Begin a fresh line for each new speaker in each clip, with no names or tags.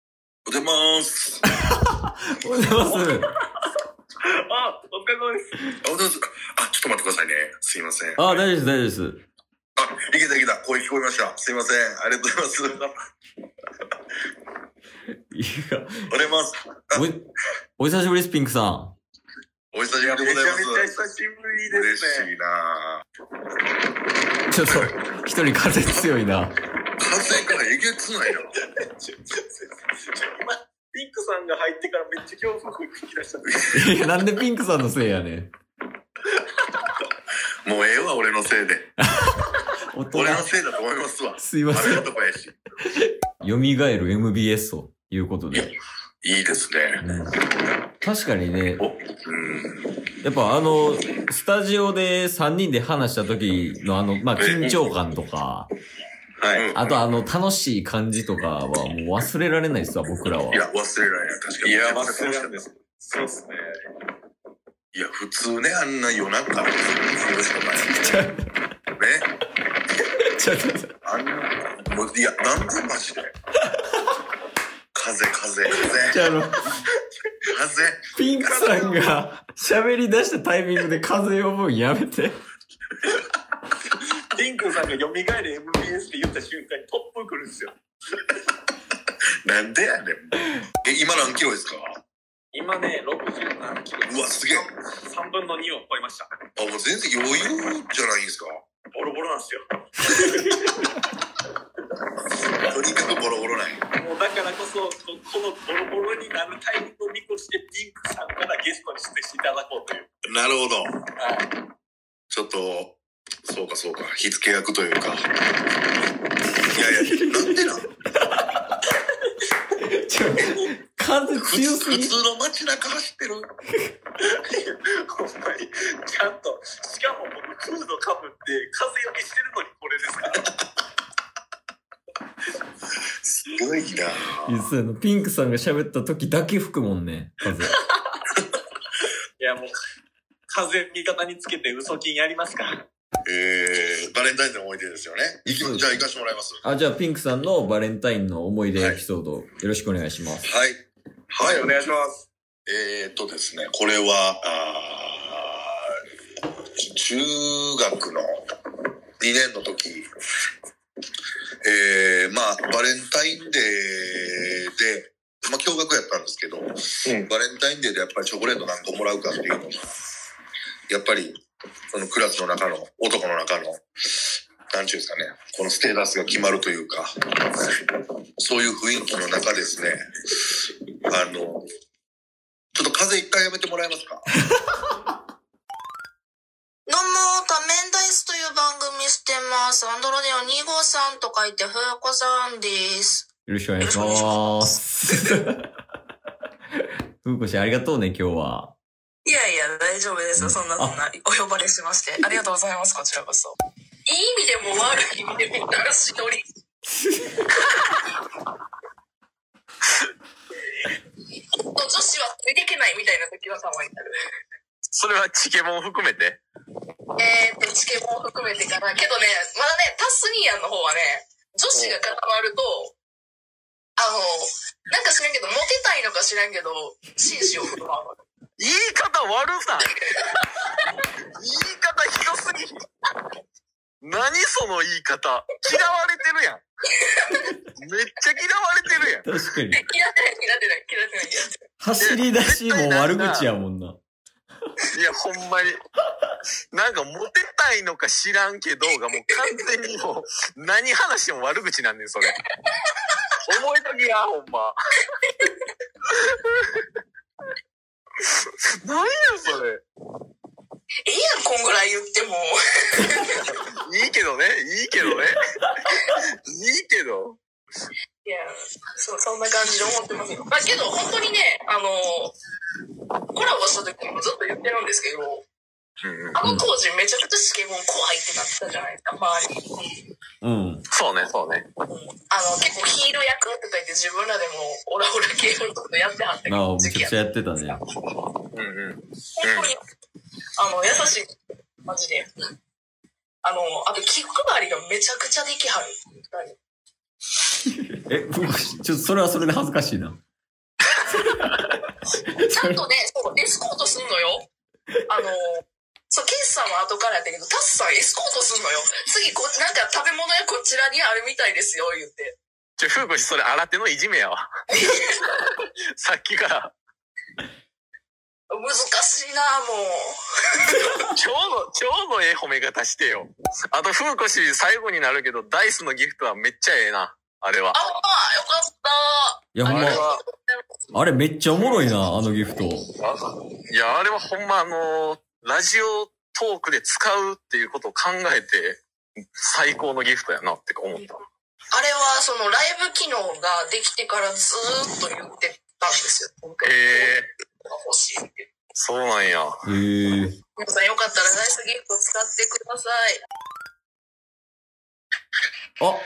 おはようございます。あ、おはよう
おはようございます。
あ、お疲れ様です。
ございます。あ、ちょっと待ってくださいね。すいません。
あ、大丈夫です、大丈夫です。
あ、いけたいけた。声聞こえました。すいません。ありがとうございます。
い
おは
や、
ようございます。
お、お久しぶりです、ピンクさ
お久しぶり
め
で
ち
ご
ゃ
ざい
めちゃ
ます。
久しぶりで
嬉し
すね。
いなぁ。
ん。ちょっと、一人風強いな。
風からえげつないな。
ちょちょちょちょ今、ピンクさんが入ってからめっちゃ恐怖吹き出したんです
いや、なんでピンクさんのせいやねん。
もうええわ、俺のせいで。
大人
俺のせいだと思いますわ。
すいま
あ
せ
れ
ん。
男やし。
蘇る MBS ということで。
いいですね。
うん確かにね、
お、うん。
やっぱあの、スタジオで3人で話した時のあの、まあ、緊張感とか、
はい
うん
あとあの、楽しい感じとかはもう忘れられないですわ、僕らは。
いや、忘れられない。確かに。
いや、
めちゃ
忘
め
れ
ちゃ楽し
な
か
ん
っ
で
た
す。そうですね。
いや、普通ね、あんな夜中、夜し かない。
ちょ、
ね。
ちょっと待って、
あんな、もう、いや、なんでマジで。風、風、風、
じゃああの、
風。
ピンクさんが喋り出したタイミングで風呼ぶんやめて。
ピンクさんが蘇る MBS って言った瞬間にトップ来るんですよ。
なんでやねん。え、今何キロですか
今ね、67キロ。
うわすげえ
3分の2を超えました。
あ、もう全然余裕じゃないですか。
ボロボロなんですよ。
とにかくボロボロない。
もうだからこそ、ここのボロボロになるタイミングを見越して、ピンクさんからゲストに出演していただこうという。
なるほど。
はい。
ちょっと、そうかそうか、火付け役というか。いやいや、なんでなん
ちょ、風
普
強す
通普
ぎ。
通の街中走ってる。
ほんまに、ちゃんと、しかも僕、フードかぶって、風よけしてるのにこれですから。
すごいな。
実はあのピンクさんが喋った時だけ吹くもんね、風。
いや、もう、風味方につけて嘘金やりますから。
えー、バレンタインデーの思い出ですよね。いきまじゃあ行かしてもらいます。
あ、じゃあピンクさんのバレンタインの思い出エピソード、よろしくお願いします。
はい。はい、お願いします。
ます。
えー、っとですね、これは、あー中学の2年の時、えー、まあ、バレンタインデーで、まあ、驚愕やったんですけど、バレンタインデーでやっぱりチョコレート何個もらうかっていうのが、やっぱり、そのクラスの中の、男の中の、なんちゅうんですかね、このステータスが決まるというか、そういう雰囲気の中ですね、あの、ちょっと風一回やめてもらえますか
どうも、多面ダイスという番組してます。アンドロデオ253と書いて、ふうこさんです。
よろしくお願いします。ふうこしありがとうね、今日は。
いやいや、大丈夫です
よそんなそん
な、お呼ばれしまして。ありがとうございます、こちらこそ。いい意味でも悪い意味でも、なんかし り。女子はついていけないみたいな時はたまになる。
それはチケモン含めて
えーっと、チケも含めてかな。けどね、まだね、タスニーヤンの方はね、女子が固まると、あの、なんか知らんけど、モテたいのか知らんけど、紳士を振る舞うの。
言い方悪ない言い方ひどすぎひん何その言い方嫌われてるやん。めっちゃ嫌われてるやん。
確かに。
嫌ってない、嫌ってない、嫌ってない。
走り出しも悪口やもんな。
いや、ほんまに。なんか、モテたいのか知らんけどが、もう完全にもう、何話しても悪口なんねん、それ。思いときや、ほんま。何や、そ
え
れ。
えやん、こんぐらい言っても。
いいけどね、いいけどね。いいけど。
いや、そう、そんな感じで思ってますよ。まあ、けど、本当にね、あの、コラボした時もずっと言ってるんですけど、あの当時めちゃくちゃチケモン怖いってなってたじゃないですか、周りに。
うん。
そうね、そうね。
あの、結構ヒール役とか言って自分らでもオラオラ系のことやってはったけ
ああ、
ど、
めちゃく
時期や
ちゃやってたね。
うんうん。
本当に、あの、優しい。マジで。あの、あと、気配りがめちゃくちゃできはる。
え、ふうこしちょっとそれはそれで恥ずかしいな。
ちゃんとね、そうエスコートすんのよ。あの、そう、ケイスさんは後からやったけど、タスさんエスコートすんのよ。次こ、なんか食べ物やこちらにあるみたいですよ、言って。
ちょ、ふうこし、それ、新手のいじめやわ。 さっきから、
難しいなもう。
超の、超のええ褒め方してよ。あと、ふうこし、最後になるけど、ダイスのギフトはめっちゃええな。あれは
あ。あ、よかった。
いや、
あ
ほん
れ
ま、
は、
あれめっちゃおもろいな、あのギフト。
いや、あれはほんまあの、ラジオトークで使うっていうことを考えて、最高のギフトやなって思った。
あれは、その、ライブ機能ができてからずーっと言ってたんですよ。今回
へえ
欲しいって。
そうなんや。
へえ。
皆さんよかったらナイスギフト使ってください。
あ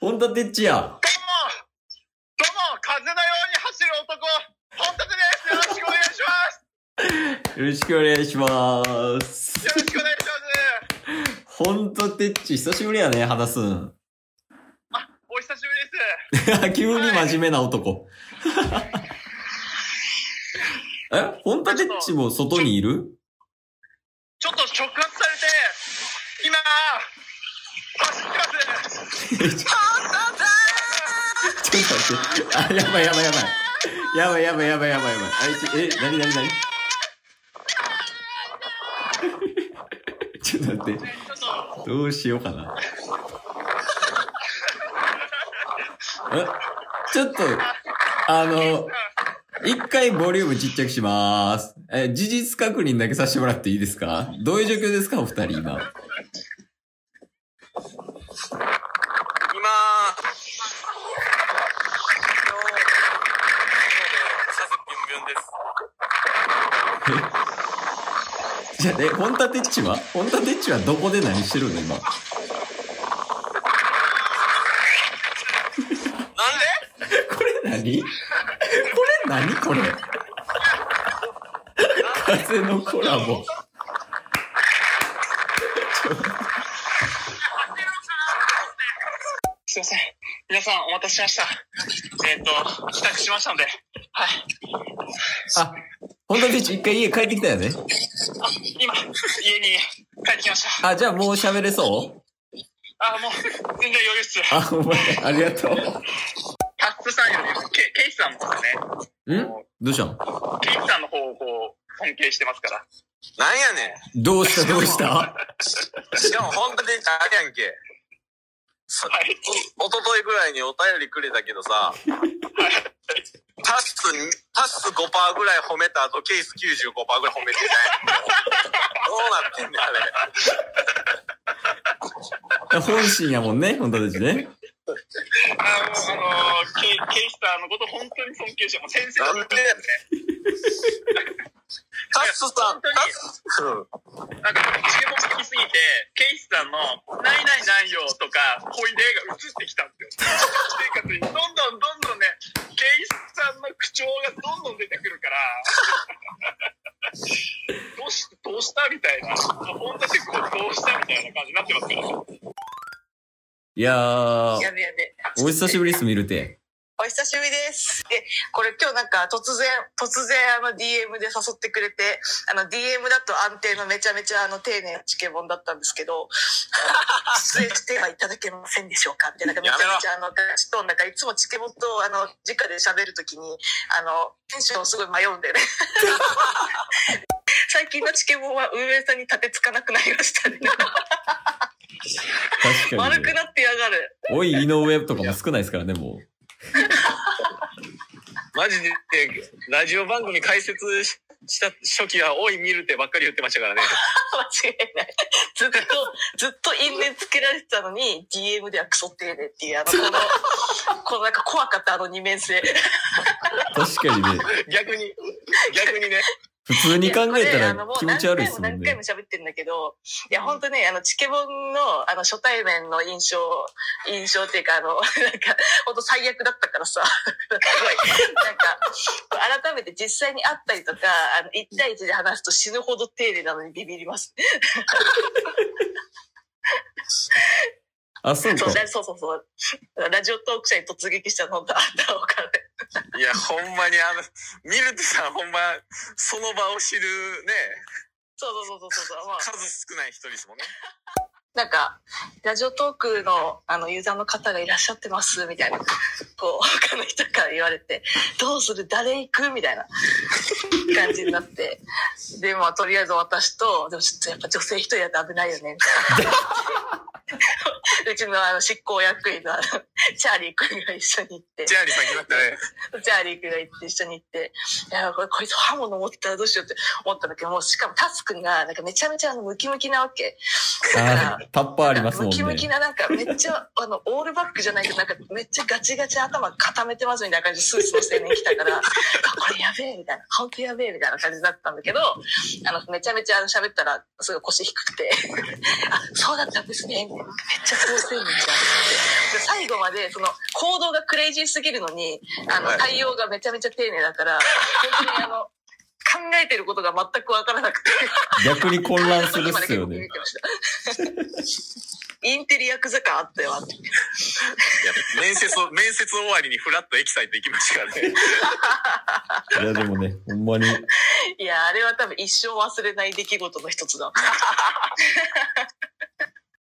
本田てっちや。
どうも、風のように走る男、本当です。よろしくお願いしま
よろしくお願い
す。
します。
ろしくお願いします。
本田てっち、久しぶりやね、話すん。
お久しぶりです。
急に真面目な男。え本田てっちも外にいる
ちょっと触発されて、今、走ってます。
ちょっと待って。あ、やばいやばいやばい。やばいやばいやばいやばいやばい。あちえ、なになになにちょっと待って。どうしようかな。えちょっと、あの、一回ボリュームちっちゃくしまーす。え、事実確認だけさせてもらっていいですかどういう状況ですかお二人今。
今、さずビュンビュンで
じ
す。
ゃあ、え、ホンタテッチはホンタテッチはどこで何してるの今。
なんで
これ何これ何これ風のコラボ。
すいません。皆さんお待たせしました。えっ、と、帰宅しましたので。はい。
あ、本田選手一回家帰ってきたよね。
今、家に帰ってきました。
あ、じゃあもう喋れそう
あー、もう、全然余裕っす。
あ、お前、ありがと
タッツさんよりも、ケケイスさんの方ね。
う。んどうしたん
ケイスさんの方をこう、尊敬してますから。
なんやね
どうしたどうした
ん。しかも本当にあれやんけ。さ
はい。
おおとといぐらいにお便りくれたけどさ、タス、タス5%ぐらい褒めた後、ケース95%ぐらい褒めてない。どうなってんねん、あれ。
本心やもんね、本田選手ね。
あー、もう、あのー、ケイケイスさんのこと本当に尊敬して、もう先生
なん
の
で
こと
タスさん、タス、うん
なんか、チケボン好きすぎて、ケイスさんの、ないないないよとか、こういう例が移ってきたんですよ。生活に、どんどんどんどんね、ケイスさんの口調がどんどん出てくるから、どうし、どうしたみたいな、本当結構どうしたみたいな感じになってますから。
いやー、
やべやべ。
お久しぶりっす、見るて。
お久しぶりです。え、これ今日なんか突然、突然あの DM で誘ってくれて、あの DM だと安定のめちゃめちゃあの丁寧なチケボンだったんですけ ど、あの出演してはいただけませんでしょうかって、なんかめちゃめちゃあの、私となんかいつもチケボンとあの、直で喋るときに、あの、テンションすごい迷うん だよね。最近のチケボンは運営さんに立てつかなくなりましたね。
確か
丸
に
く。なってやがる。
おい、井上とかも少ないですからね、もう。
マジで、ラジオ番組解説した初期は、おい見るってばっかり言ってましたからね。
間違いない。ずっと、ずっと因縁つけられてたのに、DM ではクソ丁寧っていう、あの、この、 このなんか怖かったあの二面性。
確かにね、
逆に、逆にね。
普通に考えた
いやこれあの
ら
もう
気持ち悪いっすも
何
んね
回も。何回も喋ってんだけど、いや、ほんとね、あの、チケボンの、あの、初対面の印象、印象っていうか、あの、なんか、ほんと最悪だったからさ、すごい、なんか、改めて実際に会ったりとか、あの、1対1で話すと死ぬほど丁寧なのにビビります。
あ、そうか
そう。ラそうそうそう。ラジオトーク社に突撃したのがあったのかね。
いや、ほんまにあの、ミルテさんほんま、その場を知るね、
そうそうそうそうそう。まあ、
数少ない人ですもんね。
なんか、ラジオトークの、あの、ユーザーの方がいらっしゃってます、みたいな。こう、他の人から言われて、どうする誰行くみたいな感じになって。で、まあ、とりあえず私と、でもちょっとやっぱ女性一人だと危ないよね、み たいな。うちのあの執行役員のあのチャーリー君が一緒に行って
チ、ャーリーさん来ましたね。
チャーリー君が行って一緒に行って、いや、これこいつ刃物持ってたらどうしようって思ったんだけど、もうしかもタス君がなんかめちゃめちゃあのムキムキなわけ。だから
あ、タッパーありますもんね。
ムキムキな、なんかめっちゃ、あの、 オールバックじゃないけど、なんかめっちゃガチガチ頭固めてますみたいな感じでスーツの青年来たから、あ これやべえみたいな、本当やべえみたいな感じだったんだけど、あの、めちゃめちゃあの喋ったら、すごい腰低くて、 あ、そうだったんですね、めっちゃ好青年じゃんって。で最後まで、その、行動がクレイジーすぎるのに、あの、対応がめちゃめちゃ丁寧だから、本当にあの、考えてることが全くわからなくて。
逆に混乱するっすよ
今
ね
ね。結構見てました。 インテリヤクザ感あったよ。
いや、面接を、面接終わりにフラッとエキサイト行きましたからね。
いや、でもね、ほんまに。
いや、あれは多分一生忘れない出来事の一つだ。